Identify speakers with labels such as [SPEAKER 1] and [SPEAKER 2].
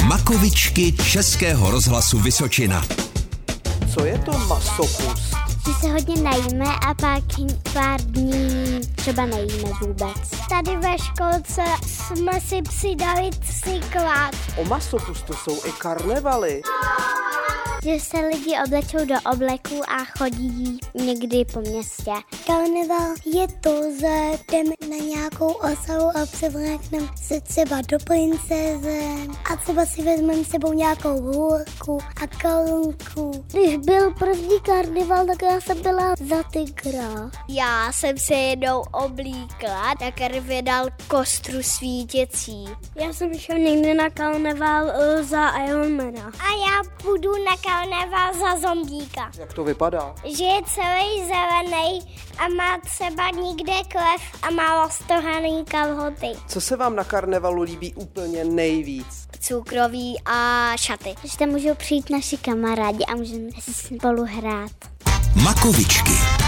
[SPEAKER 1] Šokovičky Českého rozhlasu Vysočina.
[SPEAKER 2] Co je to masopust?
[SPEAKER 3] Že se hodně najíme a pak pár dní třeba nejíme vůbec. Tady ve školce jsme si přidali cyklát,
[SPEAKER 2] O masopustu jsou i karnevaly.
[SPEAKER 3] že se lidi oblečou do obleků a chodí někdy po městě.
[SPEAKER 4] Karneval je to, že jdeme na nějakou osavu a převlékneme se třeba do princeze a třeba si vezmeme s sebou nějakou hůrku a korunku.
[SPEAKER 3] Když byl první karneval, tak já jsem byla za tygra. Já jsem se jednou oblíkla, tak Rvě dal kostru svítěcí. Já jsem šel někdy na karneval eh, za Ironmana. A já půjdu na karneval za zombíka.
[SPEAKER 2] Jak to vypadá?
[SPEAKER 3] Že je celý zelený a má třeba nikde krev a má roztrhaný kalhoty.
[SPEAKER 2] Co se vám na karnevalu líbí úplně nejvíc?
[SPEAKER 3] Cukroví a šaty. Že tam můžou přijít naši kamarádi a můžeme si spolu hrát.
[SPEAKER 1] Makovičky.